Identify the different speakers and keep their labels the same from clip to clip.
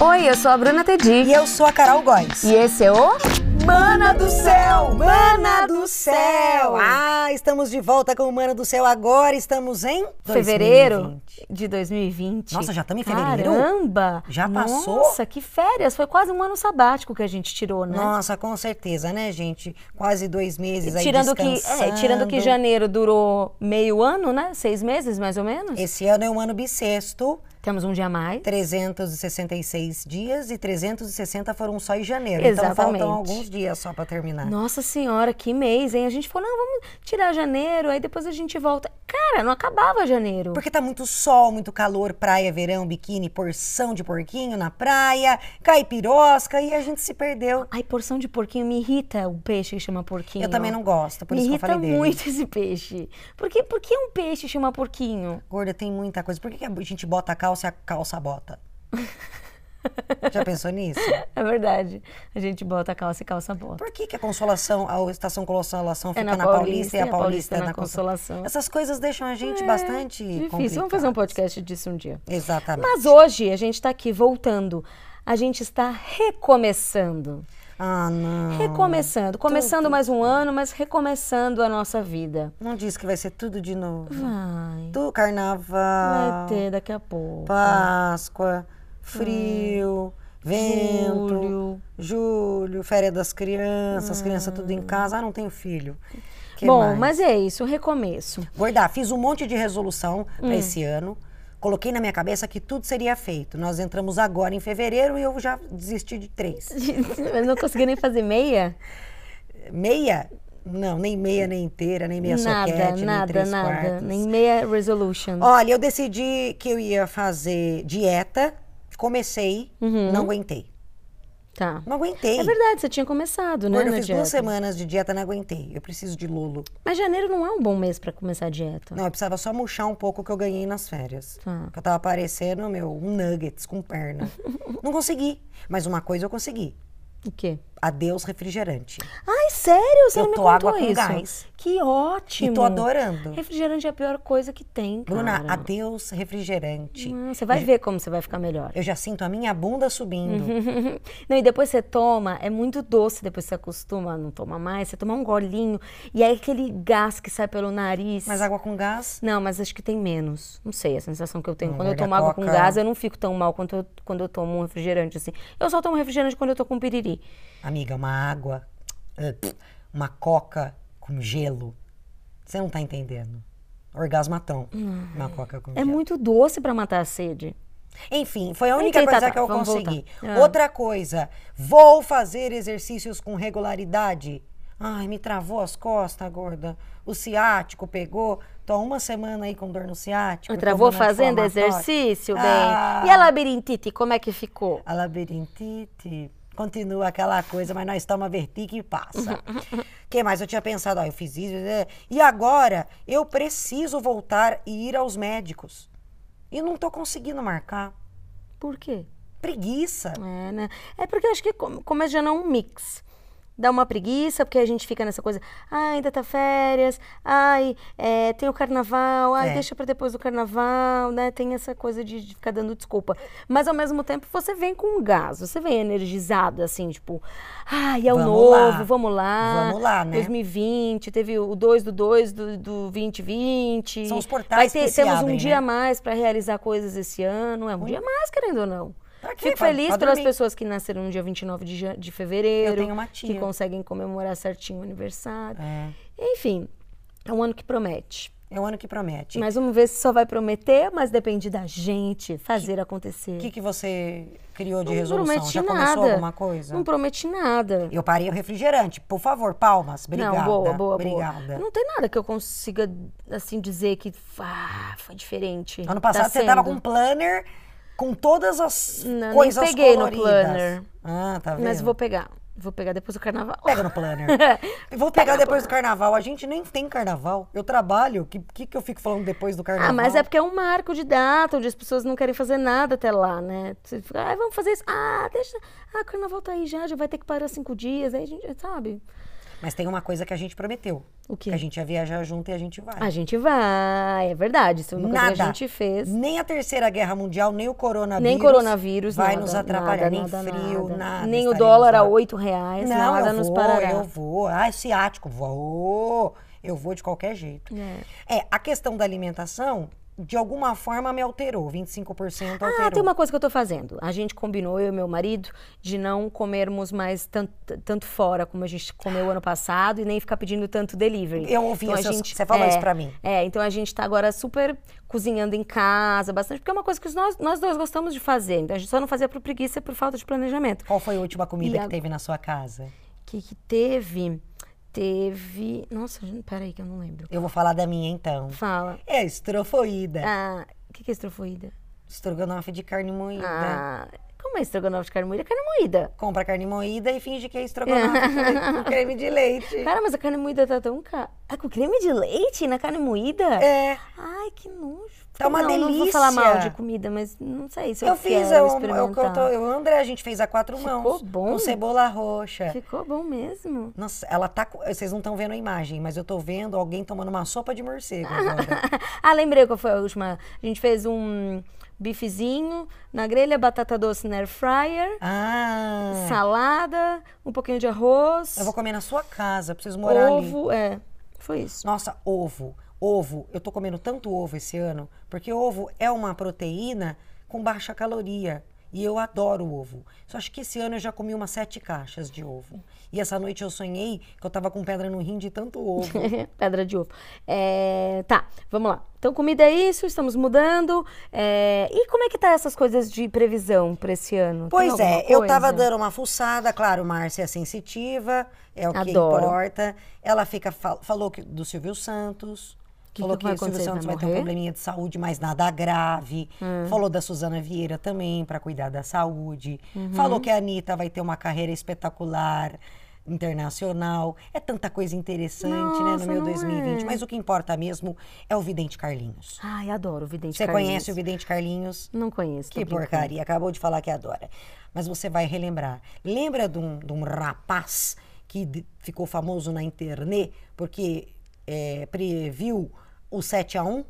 Speaker 1: Oi, eu sou a Bruna Tedi.
Speaker 2: E eu sou a Carol Góes.
Speaker 1: E é esse é o.
Speaker 2: Mana do Céu! Mana do Céu! Ah, estamos de volta com o Mana do Céu agora. Estamos em.
Speaker 1: Fevereiro
Speaker 2: 2020.
Speaker 1: de 2020.
Speaker 2: Nossa, já estamos em fevereiro?
Speaker 1: Caramba!
Speaker 2: Já passou?
Speaker 1: Nossa, que férias! Foi quase um ano sabático que a gente tirou, né?
Speaker 2: Nossa, com certeza, né, gente? Quase dois meses aí
Speaker 1: tirando que, é,
Speaker 2: descansando.
Speaker 1: tirando que janeiro durou meio ano, né? Seis meses, mais ou menos.
Speaker 2: Esse ano é um ano bissexto,
Speaker 1: Temos um dia a
Speaker 2: É.
Speaker 1: mais.
Speaker 2: 366 dias e 360 foram só em janeiro. Então
Speaker 1: Exatamente.
Speaker 2: faltam alguns dias só pra terminar.
Speaker 1: Nossa senhora, que mês, hein? A gente falou, não, vamos tirar janeiro, aí depois a gente volta. Cara, não acabava janeiro.
Speaker 2: Porque tá muito sol, muito calor, praia, verão, biquíni, porção de porquinho na praia, caipirosca e a gente se perdeu.
Speaker 1: Ai, porção de porquinho me irrita o peixe que chama porquinho.
Speaker 2: Eu também não gosto, por
Speaker 1: me
Speaker 2: isso que eu
Speaker 1: irrita
Speaker 2: falei dele.
Speaker 1: muito esse peixe. Por que, por que um peixe chama porquinho?
Speaker 2: Gorda, tem muita coisa. Por que que a gente bota a calça e a calça bota? Já pensou nisso?
Speaker 1: É verdade. A gente bota calça e calça bota.
Speaker 2: Por que, que a consolação, a estação consolação
Speaker 1: É
Speaker 2: fica
Speaker 1: na
Speaker 2: na
Speaker 1: Paulista
Speaker 2: Paulista
Speaker 1: e
Speaker 2: e
Speaker 1: a
Speaker 2: a
Speaker 1: Paulista
Speaker 2: Paulista é
Speaker 1: na
Speaker 2: na
Speaker 1: Consolação. É,
Speaker 2: consolação? Essas coisas deixam a gente bastante
Speaker 1: Difícil.
Speaker 2: complicado.
Speaker 1: Vamos fazer um podcast disso um dia.
Speaker 2: Exatamente.
Speaker 1: Mas hoje a gente tá aqui voltando. A gente está recomeçando.
Speaker 2: Ah, não.
Speaker 1: Recomeçando. Começando mais um ano, mas recomeçando a nossa vida.
Speaker 2: Não diz que vai ser tudo de novo.
Speaker 1: Vai.
Speaker 2: Do
Speaker 1: Vai
Speaker 2: carnaval,
Speaker 1: ter daqui a pouco.
Speaker 2: Páscoa, frio, vento, julho.
Speaker 1: Julho.
Speaker 2: férias das crianças, criança tudo em casa. Ah, não tenho filho. Que
Speaker 1: Bom,
Speaker 2: mais?
Speaker 1: mas é isso, recomeço.
Speaker 2: Gordar, fiz um monte de resolução pra
Speaker 1: Hum.
Speaker 2: esse ano. Coloquei na minha cabeça que tudo seria feito. Nós entramos agora em fevereiro e eu já desisti de três.
Speaker 1: Eu não consegui nem fazer meia?
Speaker 2: Meia? Não, nem meia, nem inteira, nem meia
Speaker 1: nada,
Speaker 2: soquete, nem
Speaker 1: nada,
Speaker 2: três
Speaker 1: nada.
Speaker 2: quartos.
Speaker 1: Nem meia resolution.
Speaker 2: Olha, eu decidi que eu ia fazer dieta. Comecei,
Speaker 1: Uhum.
Speaker 2: não aguentei.
Speaker 1: Tá.
Speaker 2: Não aguentei.
Speaker 1: É verdade, você tinha começado, né?
Speaker 2: Gorda, eu
Speaker 1: na
Speaker 2: fiz
Speaker 1: dieta.
Speaker 2: duas semanas de dieta, não aguentei. Eu preciso de lolo.
Speaker 1: Mas janeiro não é um bom mês pra começar a dieta.
Speaker 2: Não, eu precisava só murchar um pouco o que eu ganhei nas férias.
Speaker 1: Tá.
Speaker 2: Que eu tava parecendo, meu, um nuggets com perna. não consegui. Mas uma coisa eu consegui.
Speaker 1: O quê?
Speaker 2: Adeus refrigerante.
Speaker 1: Ai, sério? Você
Speaker 2: Eu
Speaker 1: não me
Speaker 2: tô
Speaker 1: contou
Speaker 2: água com
Speaker 1: isso?
Speaker 2: gás.
Speaker 1: Que
Speaker 2: E
Speaker 1: ótimo.
Speaker 2: tô adorando.
Speaker 1: Refrigerante é a pior coisa que tem, cara.
Speaker 2: Bruna, adeus refrigerante.
Speaker 1: Ah, Você vai ver como você vai ficar melhor.
Speaker 2: Eu já sinto a minha bunda subindo.
Speaker 1: Uhum. Não, e depois você toma, é muito doce, depois você acostuma, não toma mais, você toma um golinho, e aí aquele gás que sai pelo nariz.
Speaker 2: Mas água com gás?
Speaker 1: Não, mas acho que tem menos. Não sei, a sensação que eu tenho.
Speaker 2: Não,
Speaker 1: quando eu
Speaker 2: mas da
Speaker 1: tomo água com
Speaker 2: Coca-
Speaker 1: gás, eu não fico tão mal quanto eu, quando eu tomo um refrigerante, assim. Eu só tomo refrigerante quando eu tô com piriri.
Speaker 2: Amiga, uma água, eh, pff, uma coca com gelo. Você não tá entendendo. Orgasmatão. Uma coca com
Speaker 1: É
Speaker 2: gelo.
Speaker 1: muito doce pra matar a sede.
Speaker 2: Enfim, foi a única
Speaker 1: Enfim, tá,
Speaker 2: coisa
Speaker 1: tá,
Speaker 2: que eu
Speaker 1: vamos
Speaker 2: consegui.
Speaker 1: voltar. Ah.
Speaker 2: Outra coisa, vou fazer exercícios com regularidade. Ai, me travou as costas, gorda. O ciático pegou. Tô há uma semana aí com dor no ciático.
Speaker 1: Travou
Speaker 2: tomando
Speaker 1: fazendo
Speaker 2: anti-inflamatório.
Speaker 1: exercício, bem.
Speaker 2: Ah.
Speaker 1: E a labirintite, como é que ficou?
Speaker 2: A labirintite. Continua aquela coisa, mas nós toma vertigo e passa. que mais? Eu tinha pensado, ó, eu fiz isso. né? E agora eu preciso voltar e ir aos médicos. E não tô conseguindo marcar.
Speaker 1: Por quê?
Speaker 2: Preguiça.
Speaker 1: É, né? É porque eu acho que com- começa já não um mix. Dá uma preguiça, porque a gente fica nessa coisa, ai, ainda tá férias, ai, é, tem o carnaval, ai,
Speaker 2: É.
Speaker 1: deixa pra depois do carnaval, né? Tem essa coisa de, de ficar dando desculpa. Mas ao mesmo tempo você vem com um gás, você vem energizado, assim, tipo, ai, é o
Speaker 2: Vamos
Speaker 1: novo,
Speaker 2: lá.
Speaker 1: vamos lá.
Speaker 2: Vamos lá, né?
Speaker 1: 2020, teve o 2 do 2 do, do 2020.
Speaker 2: São os
Speaker 1: Vai
Speaker 2: portais
Speaker 1: ter,
Speaker 2: que se
Speaker 1: temos um
Speaker 2: abrem,
Speaker 1: dia a
Speaker 2: né?
Speaker 1: mais pra realizar coisas esse ano. É um dia a mais, querendo ou não.
Speaker 2: Hum. Pra quê?
Speaker 1: Fico
Speaker 2: Pra-
Speaker 1: feliz
Speaker 2: pra
Speaker 1: pelas
Speaker 2: dormir.
Speaker 1: pessoas que nasceram no dia 29 de, jan- de fevereiro.
Speaker 2: Eu tenho uma
Speaker 1: Que
Speaker 2: tia.
Speaker 1: conseguem comemorar certinho o aniversário.
Speaker 2: É.
Speaker 1: Enfim, é um ano que promete.
Speaker 2: É o ano que promete.
Speaker 1: Mas vamos ver se só vai prometer, mas depende da gente fazer
Speaker 2: O
Speaker 1: acontecer.
Speaker 2: que, que você criou de
Speaker 1: Não
Speaker 2: resolução?
Speaker 1: prometi
Speaker 2: Já
Speaker 1: nada.
Speaker 2: começou alguma coisa?
Speaker 1: Não prometi nada.
Speaker 2: Eu parei o refrigerante. Por favor, palmas. Obrigada.
Speaker 1: Não, boa, boa,
Speaker 2: Obrigada.
Speaker 1: boa. Não tem nada que eu consiga, assim, dizer que ah, foi diferente.
Speaker 2: Ano passado
Speaker 1: Tá
Speaker 2: você tava
Speaker 1: sendo.
Speaker 2: com um planner com todas as
Speaker 1: Não, nem
Speaker 2: coisas
Speaker 1: peguei no
Speaker 2: coloridas.
Speaker 1: planner.
Speaker 2: Ah, tá vendo?
Speaker 1: Mas vou pegar. Vou pegar depois do carnaval.
Speaker 2: Pega no planner. Eu Vou pegar depois do carnaval. A gente nem tem carnaval. Eu trabalho. O que, que, que eu fico falando depois do carnaval?
Speaker 1: Ah, mas é porque é um marco de data, onde as pessoas não querem fazer nada até lá, né? Você fica, ah, vamos fazer isso. Ah, deixa. Ah, o carnaval tá aí já, já vai ter que parar cinco dias. Aí a gente, sabe?
Speaker 2: Mas tem uma coisa que a gente prometeu.
Speaker 1: O quê?
Speaker 2: Que a gente ia viajar junto e a gente vai.
Speaker 1: A gente vai, é verdade. Isso é uma coisa que
Speaker 2: Nada.
Speaker 1: a gente fez.
Speaker 2: Nem a Terceira Guerra Mundial, nem o coronavírus.
Speaker 1: Nem coronavírus,
Speaker 2: Vai
Speaker 1: nada,
Speaker 2: nos
Speaker 1: nada,
Speaker 2: atrapalhar, nem
Speaker 1: nada,
Speaker 2: frio, nada.
Speaker 1: Nem o
Speaker 2: estaremos
Speaker 1: dólar
Speaker 2: lá.
Speaker 1: a 8 reais,
Speaker 2: Não,
Speaker 1: nada
Speaker 2: eu
Speaker 1: nos
Speaker 2: vou,
Speaker 1: parará.
Speaker 2: eu vou. Ah, ciático, vou. Eu vou de qualquer jeito.
Speaker 1: É.
Speaker 2: É, a questão da alimentação, de alguma forma, me alterou. 25% alterou.
Speaker 1: Ah, tem uma coisa que eu tô fazendo. A gente combinou, eu e meu marido, de não comermos mais tanto, tanto fora como a gente comeu ano passado e nem ficar pedindo tanto delivery.
Speaker 2: Eu ouvi
Speaker 1: Então, a
Speaker 2: essas-
Speaker 1: gente-
Speaker 2: você falou
Speaker 1: é,
Speaker 2: isso pra mim.
Speaker 1: É, então a gente tá agora super cozinhando em casa, bastante, porque é uma coisa que nós, nós dois gostamos de fazer. Então a gente só não fazia por preguiça e por falta de planejamento.
Speaker 2: Qual foi a última comida
Speaker 1: E
Speaker 2: que
Speaker 1: a-
Speaker 2: teve na sua casa?
Speaker 1: O que, que teve? Teve. Nossa, gente, peraí que eu não lembro.
Speaker 2: Eu vou falar da minha, então.
Speaker 1: Fala.
Speaker 2: É estrofoída.
Speaker 1: Ah, o que, que é estrofoída?
Speaker 2: Estrogonofe de carne moída.
Speaker 1: Ah, como é estrogonofe de carne moída? Carne moída.
Speaker 2: Compra carne moída e finge que é estrogonofe com leite- com creme de leite.
Speaker 1: Cara, mas a carne moída tá tão cara. Ah, com creme de leite na carne moída?
Speaker 2: É,
Speaker 1: Ai, que nojo.
Speaker 2: Tá uma
Speaker 1: não, Não vou falar
Speaker 2: delícia.
Speaker 1: mal de comida, mas não sei se eu,
Speaker 2: eu fiz, é um,
Speaker 1: quero
Speaker 2: eu, eu,
Speaker 1: experimentar.
Speaker 2: eu, tô- eu, André, a gente fez a quatro mãos.
Speaker 1: bom?
Speaker 2: Com cebola roxa.
Speaker 1: Ficou bom mesmo.
Speaker 2: Nossa, ela tá. co- Vocês não estão vendo a imagem, mas eu tô vendo alguém tomando uma sopa de morcego agora.
Speaker 1: ah, lembrei qual foi a última. A gente fez um bifezinho na grelha, batata doce na air fryer,
Speaker 2: Ah!
Speaker 1: salada, um pouquinho de arroz,
Speaker 2: Eu vou comer na sua casa, eu preciso morar ali.
Speaker 1: ovo, é. Foi isso.
Speaker 2: Nossa, ovo. Ovo. Eu tô comendo tanto ovo esse ano, porque ovo é uma proteína com baixa caloria. E eu adoro ovo. Só acho que esse ano eu já comi umas sete caixas de ovo. E essa noite eu sonhei que eu tava com pedra no rim de tanto ovo.
Speaker 1: Pedra de ovo. É, tá, vamos lá. Então, comida é isso, estamos mudando. É, e como é que tá essas coisas de previsão para esse ano? Tem
Speaker 2: Pois
Speaker 1: alguma
Speaker 2: é, eu
Speaker 1: coisa?
Speaker 2: tava dando uma fuçada, claro, Márcia é sensitiva, é o que
Speaker 1: Adoro.
Speaker 2: importa. Ela fica fal- falou que, do Silvio Santos,
Speaker 1: Que
Speaker 2: falou
Speaker 1: que
Speaker 2: que,
Speaker 1: vai
Speaker 2: o Silvio
Speaker 1: acontecer? Ele
Speaker 2: Santos
Speaker 1: vai
Speaker 2: vai ter um
Speaker 1: morrer? Hum.
Speaker 2: probleminha de saúde, mas nada grave. Falou da Suzana Vieira também, para cuidar da saúde.
Speaker 1: Uhum.
Speaker 2: Falou que a Anitta vai ter uma carreira espetacular, internacional. É tanta coisa interessante, né,
Speaker 1: Nossa,
Speaker 2: no meu
Speaker 1: não
Speaker 2: 2020.
Speaker 1: é?
Speaker 2: Mas o que importa mesmo é o Vidente Carlinhos.
Speaker 1: Ai, adoro o Vidente
Speaker 2: Você
Speaker 1: Carlinhos.
Speaker 2: conhece o Vidente Carlinhos?
Speaker 1: Não conheço. tô
Speaker 2: Que
Speaker 1: brincando.
Speaker 2: porcaria, acabou de falar que adora. Mas você vai relembrar. Lembra de um, de um rapaz que d- ficou famoso na internet porque é, previu o 7x1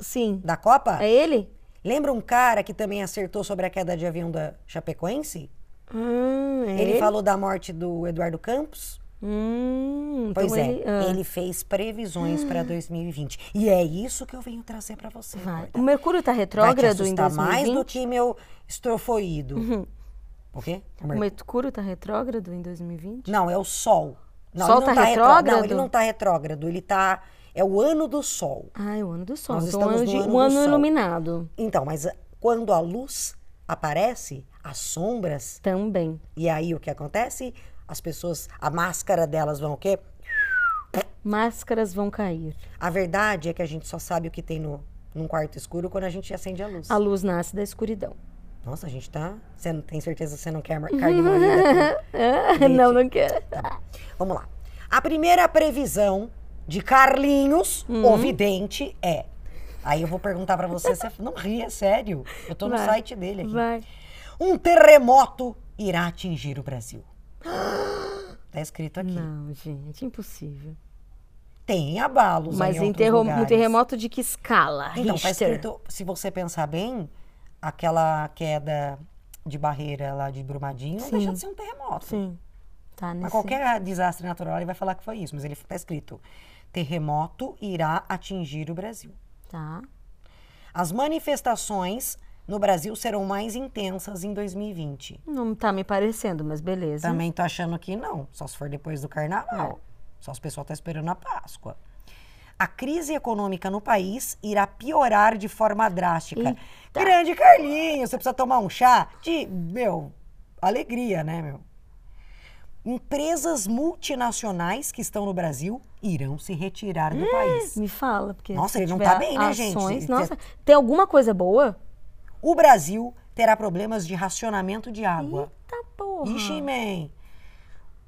Speaker 1: Sim.
Speaker 2: da Copa?
Speaker 1: É ele?
Speaker 2: Lembra um cara que também acertou sobre a queda de avião da Chapecoense?
Speaker 1: Hum, é
Speaker 2: Ele falou da morte do Eduardo Campos?
Speaker 1: Hum,
Speaker 2: Pois
Speaker 1: então
Speaker 2: é,
Speaker 1: ele- ah.
Speaker 2: ele fez previsões para 2020. E é isso que eu venho trazer para você.
Speaker 1: Vai.
Speaker 2: gorda.
Speaker 1: O Mercúrio tá
Speaker 2: Vai te
Speaker 1: retrógrado em
Speaker 2: assustar mais
Speaker 1: 2020?
Speaker 2: do que meu estrofoído.
Speaker 1: Uhum.
Speaker 2: O quê?
Speaker 1: O Mercúrio tá retrógrado em 2020?
Speaker 2: Não, é o Sol. Não,
Speaker 1: Sol
Speaker 2: ele não
Speaker 1: tá
Speaker 2: retró- Não,
Speaker 1: retrógrado?
Speaker 2: ele não tá retrógrado, ele tá. É o ano do Sol.
Speaker 1: Ah, é o ano do sol.
Speaker 2: Nós
Speaker 1: então,
Speaker 2: estamos
Speaker 1: ano
Speaker 2: no
Speaker 1: de-
Speaker 2: ano
Speaker 1: um
Speaker 2: do
Speaker 1: ano
Speaker 2: sol.
Speaker 1: iluminado.
Speaker 2: Então, mas ah, quando a luz aparece, as sombras,
Speaker 1: Também.
Speaker 2: e aí o que acontece? As pessoas, a máscara delas vão o quê?
Speaker 1: Máscaras vão cair.
Speaker 2: A verdade é que a gente só sabe o que tem no, num quarto escuro quando a gente acende a luz.
Speaker 1: A luz nasce da escuridão.
Speaker 2: Nossa, a gente tá. Você não tem certeza que você não quer mar- carne moída?
Speaker 1: É, não, não quero.
Speaker 2: Vamos lá. A primeira previsão de Carlinhos,
Speaker 1: Hum.
Speaker 2: o vidente, é. Aí eu vou perguntar pra você, você não ri, é sério. Eu tô no
Speaker 1: Vai.
Speaker 2: site dele aqui.
Speaker 1: Vai.
Speaker 2: Um terremoto irá atingir o Brasil. Tá escrito aqui.
Speaker 1: Não, gente, impossível.
Speaker 2: Tem abalos
Speaker 1: Mas
Speaker 2: aí em
Speaker 1: em
Speaker 2: outros
Speaker 1: terro- um
Speaker 2: lugares.
Speaker 1: terremoto de que escala?
Speaker 2: Então, tá
Speaker 1: Richter?
Speaker 2: escrito, se você pensar bem, aquela queda de barreira lá de Brumadinho não
Speaker 1: Sim.
Speaker 2: deixa de ser um terremoto.
Speaker 1: Sim. Tá nesse...
Speaker 2: Mas qualquer desastre natural ele vai falar que foi isso, mas ele tá escrito: terremoto irá atingir o Brasil.
Speaker 1: Tá.
Speaker 2: As manifestações no Brasil serão mais intensas em 2020.
Speaker 1: Não tá me parecendo, mas beleza.
Speaker 2: Também tô achando que não, só se for depois do carnaval. Só se o pessoal tá esperando a Páscoa. A crise econômica no país irá piorar de forma drástica.
Speaker 1: Eita.
Speaker 2: Grande Carlinhos, você precisa tomar um chá de, meu, alegria, né, meu? Empresas multinacionais que estão no Brasil irão se retirar do país.
Speaker 1: Me fala, porque.
Speaker 2: Nossa,
Speaker 1: se
Speaker 2: ele não
Speaker 1: tiver
Speaker 2: tá bem, né, gente?
Speaker 1: ações-
Speaker 2: Ele-
Speaker 1: Nossa, tem alguma coisa boa?
Speaker 2: O Brasil terá problemas de racionamento de água.
Speaker 1: Eita porra.
Speaker 2: Ixi, man.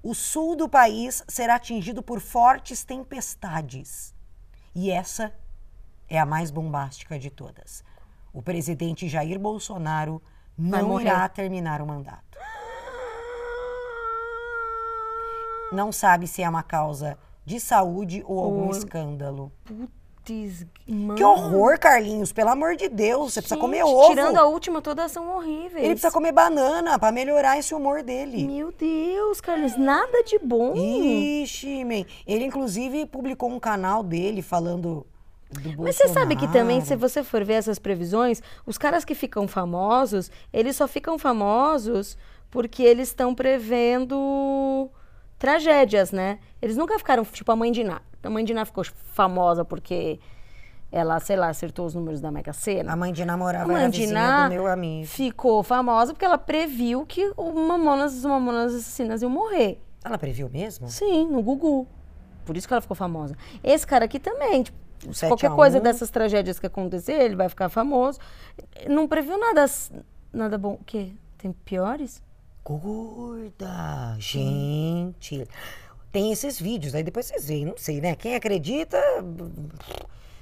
Speaker 2: O sul do país será atingido por fortes tempestades. E essa é a mais bombástica de todas. O presidente Jair Bolsonaro
Speaker 1: Vai
Speaker 2: não
Speaker 1: morrer.
Speaker 2: irá terminar o mandato. Não sabe se é uma causa de saúde ou algum
Speaker 1: Ou-
Speaker 2: escândalo.
Speaker 1: Diz, mano,
Speaker 2: Que horror, Carlinhos. Pelo amor de Deus, você precisa comer
Speaker 1: gente,
Speaker 2: ovo.
Speaker 1: Tirando a última, todas são horríveis.
Speaker 2: Ele precisa comer banana pra melhorar esse humor dele.
Speaker 1: Meu Deus, Carlos, nada de bom. Uhum.
Speaker 2: Ixi, man. Ele, inclusive, publicou um canal dele falando do
Speaker 1: Mas você sabe que também, se
Speaker 2: Bolsonaro.
Speaker 1: você for ver essas previsões, os caras que ficam famosos, eles só ficam famosos porque eles estão prevendo tragédias, né? Eles nunca ficaram, tipo, a mãe de Iná. A mãe de Iná ficou famosa porque ela, sei lá, acertou os números da Mega Sena.
Speaker 2: A mãe de namorava
Speaker 1: A
Speaker 2: era a
Speaker 1: mãe de
Speaker 2: vizinha
Speaker 1: Ná
Speaker 2: do meu amigo.
Speaker 1: Ficou famosa porque ela previu que o Mamonas, os Mamonas Assassinas iam morrer.
Speaker 2: Ela previu mesmo?
Speaker 1: Sim, no Gugu. Por isso que ela ficou famosa. Esse cara aqui também, tipo,
Speaker 2: O
Speaker 1: se
Speaker 2: 7
Speaker 1: qualquer
Speaker 2: a 1.
Speaker 1: coisa dessas tragédias que acontecer, ele vai ficar famoso. Não previu nada s- nada bom. O quê? Tem piores?
Speaker 2: Gorda, gente. Tem esses vídeos, aí depois vocês veem, não sei, né? Quem acredita.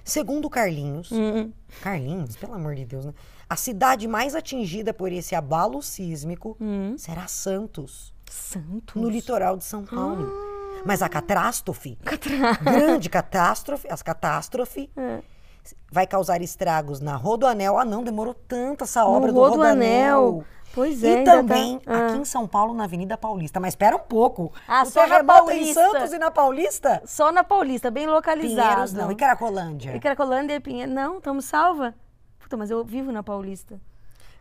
Speaker 2: Segundo Carlinhos,
Speaker 1: Uhum.
Speaker 2: Carlinhos, pelo amor de Deus, né? A cidade mais atingida por esse abalo sísmico
Speaker 1: Hum.
Speaker 2: será Santos,
Speaker 1: Santo.
Speaker 2: no litoral de São Paulo.
Speaker 1: Ah.
Speaker 2: Mas a catástrofe,
Speaker 1: Catra-
Speaker 2: grande catástrofe, as catástrofe,
Speaker 1: É.
Speaker 2: vai causar estragos na Rodoanel. Ah, não, demorou tanto essa
Speaker 1: No
Speaker 2: obra do
Speaker 1: Rodoanel.
Speaker 2: Rodoanel.
Speaker 1: Pois é.
Speaker 2: E
Speaker 1: ainda tá-
Speaker 2: também
Speaker 1: Ah.
Speaker 2: aqui em São Paulo, na Avenida Paulista. Mas espera um pouco.
Speaker 1: Ah,
Speaker 2: o
Speaker 1: só na
Speaker 2: terremoto em
Speaker 1: Paulista.
Speaker 2: Santos e na Paulista?
Speaker 1: Só na Paulista, bem localizado.
Speaker 2: Pinheiros não. E Caracolândia?
Speaker 1: E Cracolândia e Pinheiro. Não, estamos salva. Puta, mas eu vivo na Paulista.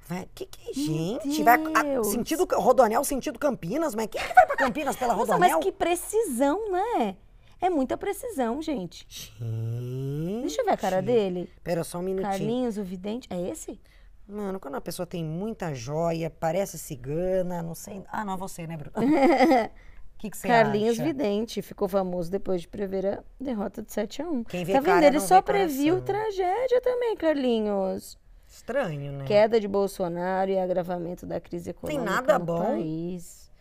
Speaker 2: Vai- Que, que é
Speaker 1: Meu
Speaker 2: gente? Vai, a,
Speaker 1: Deus.
Speaker 2: sentido Rodoanel, sentido Campinas. Mas quem que vai pra Campinas pela
Speaker 1: Nossa,
Speaker 2: Rodoanel?
Speaker 1: mas que precisão, né? É muita precisão, gente.
Speaker 2: Gente.
Speaker 1: Deixa eu ver a cara dele.
Speaker 2: Pera só um minutinho.
Speaker 1: Carlinhos, o vidente. É esse?
Speaker 2: Mano, quando uma pessoa tem muita joia, parece cigana, não sei... Ah, não, é você, né, Bruno? O que, que você
Speaker 1: Carlinhos
Speaker 2: acha?
Speaker 1: Vidente. Ficou famoso depois de prever a derrota de 7 a 1
Speaker 2: Quem vê
Speaker 1: Tá vendo?
Speaker 2: cara
Speaker 1: Ele
Speaker 2: não
Speaker 1: só
Speaker 2: vê coração.
Speaker 1: previu tragédia também, Carlinhos.
Speaker 2: Estranho, né?
Speaker 1: Queda de Bolsonaro e agravamento da crise econômica
Speaker 2: nada
Speaker 1: no
Speaker 2: bom.
Speaker 1: país.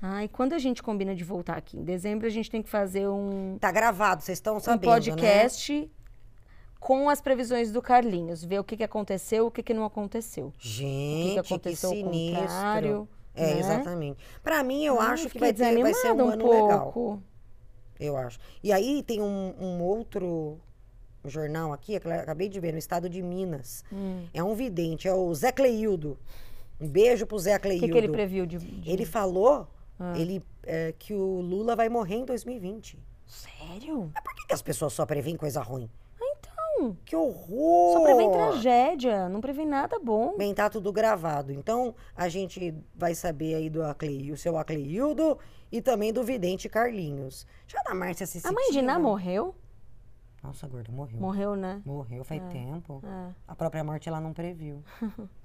Speaker 1: Ai, quando a gente combina de voltar aqui? Em dezembro a gente tem que fazer um,
Speaker 2: Tá gravado, vocês estão
Speaker 1: um
Speaker 2: sabendo, né?
Speaker 1: podcast com as previsões do Carlinhos. Ver o que, que aconteceu, o que, que não aconteceu. O que,
Speaker 2: Gente,
Speaker 1: que aconteceu ao
Speaker 2: sinistro.
Speaker 1: contrário.
Speaker 2: É,
Speaker 1: né?
Speaker 2: exatamente. Pra mim, eu
Speaker 1: Ah,
Speaker 2: acho que
Speaker 1: fiquei
Speaker 2: vai, ter, vai ser um,
Speaker 1: desanimada
Speaker 2: ano legal.
Speaker 1: pouco.
Speaker 2: Eu acho. E aí tem um, um outro jornal aqui, que eu acabei de ver, no estado de Minas.
Speaker 1: Hum.
Speaker 2: É um vidente, é o Zé Cleildo. Um beijo pro Zé
Speaker 1: O
Speaker 2: Cleildo.
Speaker 1: que, que ele previu de, de-
Speaker 2: Ele falou
Speaker 1: Ah.
Speaker 2: ele, é, que o Lula vai morrer em 2020.
Speaker 1: Sério?
Speaker 2: Mas por que, que as pessoas só prevêem coisa ruim?
Speaker 1: Então.
Speaker 2: Que horror!
Speaker 1: Só prevém tragédia, não prevém nada bom.
Speaker 2: Bem, tá tudo gravado. Então, a gente vai saber aí do Aclei, o seu Acleildo e também do vidente Carlinhos. Já da Márcia se né?
Speaker 1: A mãe de Ná morreu?
Speaker 2: Nossa, gorda, morreu.
Speaker 1: Morreu, né?
Speaker 2: Morreu faz tempo.
Speaker 1: É.
Speaker 2: A própria morte ela não previu.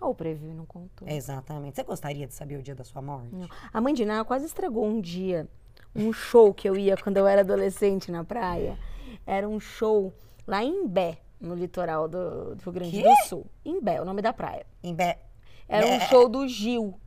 Speaker 1: Ou previu, e não contou.
Speaker 2: Exatamente. Você gostaria de saber o dia da sua morte?
Speaker 1: Não. A mãe de Ná quase estragou um dia um show que eu ia quando eu era adolescente na praia. Era um show lá em Bé, no litoral do, do Rio Grande
Speaker 2: Quê?
Speaker 1: do Sul. Em Bé, o nome da praia.
Speaker 2: Em Bé.
Speaker 1: Era um
Speaker 2: Bé.
Speaker 1: show do Gil,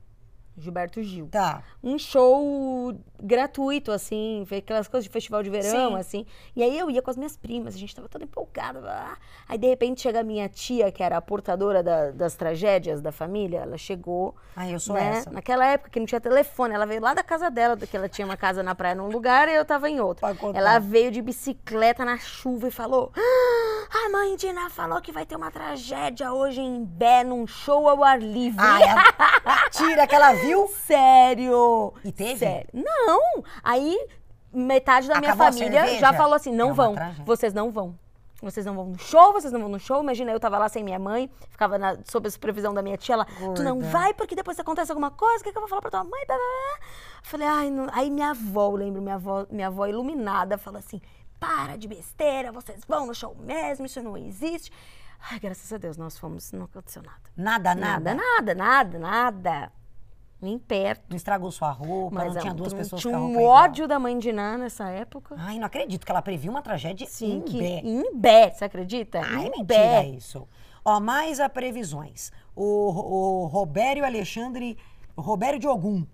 Speaker 1: Gilberto Gil.
Speaker 2: Tá.
Speaker 1: um show gratuito, assim, fe- aquelas coisas de festival de verão,
Speaker 2: Sim.
Speaker 1: assim. E aí eu ia com as minhas primas, a gente tava toda empolgada. blá, blá. Aí de repente chega a minha tia, que era a portadora da- das tragédias da família, ela chegou.
Speaker 2: Ah, eu sou
Speaker 1: né?
Speaker 2: essa.
Speaker 1: Naquela época que não tinha telefone, ela veio lá da casa dela, que ela tinha uma casa na praia num lugar e eu tava em outro.
Speaker 2: Pra contar.
Speaker 1: Ela veio de bicicleta na chuva e falou: "Ah, A mãe de Iná falou que vai ter uma tragédia hoje em Bé, num show ao ar livre.
Speaker 2: Ai, a... tira que ela viu.
Speaker 1: Sério!
Speaker 2: E teve?
Speaker 1: Sério. Não! Aí metade da minha
Speaker 2: Acabou a
Speaker 1: família já
Speaker 2: cerveja?
Speaker 1: falou assim:
Speaker 2: É
Speaker 1: não
Speaker 2: uma
Speaker 1: vão.
Speaker 2: tragédia.
Speaker 1: Vocês não vão. Vocês não vão no show, vocês não vão no show. Imagina, eu tava lá sem minha mãe, ficava na- sob a supervisão da minha tia. Ela, tu não
Speaker 2: Gorda.
Speaker 1: vai porque depois acontece alguma coisa, o que, que eu vou falar pra tua mãe? Blá, blá, blá. Falei, ai, não. Aí minha avó, eu lembro, minha avó, minha avó iluminada, fala assim: para de besteira, vocês vão no show mesmo, isso não existe. Ai, graças a Deus, nós fomos, não aconteceu nada.
Speaker 2: Nada, nada.
Speaker 1: Nada, nada, nada, nada. Nem perto.
Speaker 2: Não estragou sua roupa,
Speaker 1: Mas
Speaker 2: não
Speaker 1: a-
Speaker 2: tinha duas
Speaker 1: tu-
Speaker 2: pessoas
Speaker 1: tinha
Speaker 2: com a
Speaker 1: um
Speaker 2: roupa igual.
Speaker 1: ódio da mãe de Ná nessa época.
Speaker 2: Ai, não acredito que ela previu uma tragédia
Speaker 1: Sim,
Speaker 2: em
Speaker 1: que
Speaker 2: Bé.
Speaker 1: em Bé, você acredita?
Speaker 2: Ai,
Speaker 1: em
Speaker 2: mentira é
Speaker 1: Bé.
Speaker 2: isso. Ó, mais a previsões. O, Ro- o Robério Alexandre, o Robério de Ogum.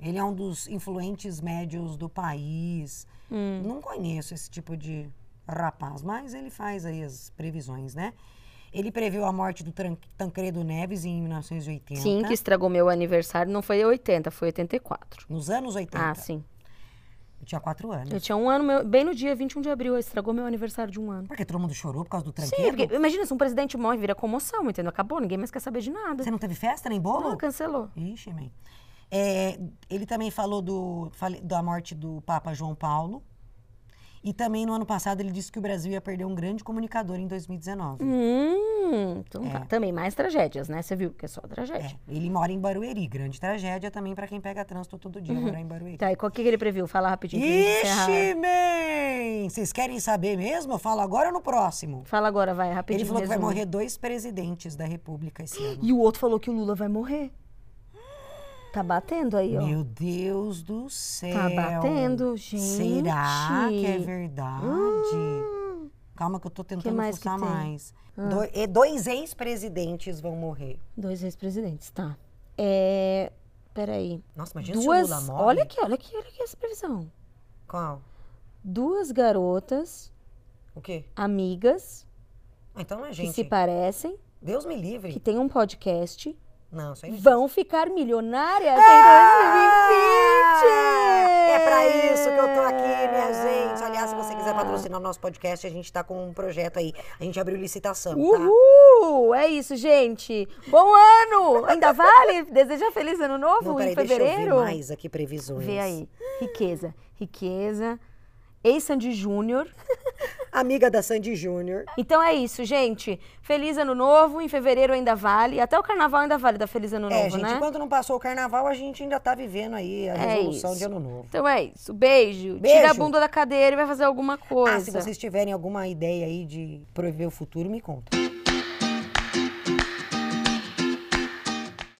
Speaker 2: Ele é um dos influentes médios do país.
Speaker 1: Hum.
Speaker 2: Não conheço esse tipo de rapaz, mas ele faz aí as previsões, né? Ele previu a morte do Tran- Tancredo Neves em 1980.
Speaker 1: Sim, que estragou meu aniversário, não foi 80, foi 84.
Speaker 2: Nos anos 80.
Speaker 1: Ah, sim.
Speaker 2: Eu tinha quatro anos.
Speaker 1: Eu tinha um ano, meu- bem no dia 21 de abril, aí estragou meu aniversário de um ano.
Speaker 2: Porque todo mundo chorou por causa do
Speaker 1: Sim,
Speaker 2: tranqueiro?
Speaker 1: porque imagina se um presidente morre, vira comoção, entendeu? Acabou, ninguém mais quer saber de nada.
Speaker 2: Você não teve festa nem bolo?
Speaker 1: Ah, cancelou.
Speaker 2: Ixi, amém. É, ele também falou do, fale- da morte do Papa João Paulo. E também no ano passado ele disse que o Brasil ia perder um grande comunicador em 2019.
Speaker 1: Hum, então tá. Também mais tragédias, né? Você viu que é só tragédia.
Speaker 2: É, ele mora em Barueri, grande tragédia também pra quem pega trânsito todo dia, morar em Barueri.
Speaker 1: Tá, e qual que que ele previu? Fala rapidinho. pra gente encerrar.
Speaker 2: É. Ixi, man! Vocês querem saber mesmo? Eu falo agora ou no próximo?
Speaker 1: Fala agora, vai, rapidinho.
Speaker 2: Ele falou que vai
Speaker 1: resumo.
Speaker 2: morrer dois presidentes da República esse ano.
Speaker 1: E o outro falou que o Lula vai morrer. Tá batendo aí, ó. Tá
Speaker 2: Meu Deus do céu.
Speaker 1: batendo,
Speaker 2: Será que é
Speaker 1: gente.
Speaker 2: verdade? Calma que eu tô tentando
Speaker 1: mais que
Speaker 2: fuçar
Speaker 1: tem? Ah.
Speaker 2: mais. Do- e dois ex-presidentes vão morrer.
Speaker 1: Dois ex-presidentes, tá. É. Peraí.
Speaker 2: Nossa, imagina
Speaker 1: Duas.
Speaker 2: se o Lula morre.
Speaker 1: Olha aqui, olha aqui, olha aqui essa previsão.
Speaker 2: Qual?
Speaker 1: Duas garotas,
Speaker 2: O quê?
Speaker 1: amigas,
Speaker 2: Ah, então não é
Speaker 1: que
Speaker 2: gente.
Speaker 1: se parecem,
Speaker 2: Deus me
Speaker 1: que
Speaker 2: livre.
Speaker 1: têm um podcast,
Speaker 2: Não, isso aí não
Speaker 1: vão ficar milionárias
Speaker 2: É pra isso que eu tô aqui, minha gente. Aliás, se você quiser patrocinar o nosso podcast, a gente tá com um projeto aí. A gente abriu licitação,
Speaker 1: em 2020!
Speaker 2: tá?
Speaker 1: Uhul! É isso, gente! Bom ano! Ainda vale? Deseja feliz ano novo
Speaker 2: Não,
Speaker 1: em
Speaker 2: peraí, deixa eu ver
Speaker 1: fevereiro?
Speaker 2: mais aqui previsões.
Speaker 1: Vê aí. Riqueza. Riqueza. Ei, Sandy Júnior.
Speaker 2: Amiga da Sandy Júnior.
Speaker 1: Então é isso, gente. Feliz ano novo. Em fevereiro ainda vale. Até o carnaval ainda vale da Feliz Ano
Speaker 2: É,
Speaker 1: Novo,
Speaker 2: gente,
Speaker 1: né?
Speaker 2: quando não passou o carnaval, a gente ainda tá vivendo aí a
Speaker 1: É
Speaker 2: resolução
Speaker 1: isso.
Speaker 2: de ano novo.
Speaker 1: Então é isso. Beijo.
Speaker 2: Beijo.
Speaker 1: Tira a bunda da cadeira e vai fazer alguma coisa.
Speaker 2: Ah, se vocês tiverem alguma ideia aí de prever o futuro, me conta.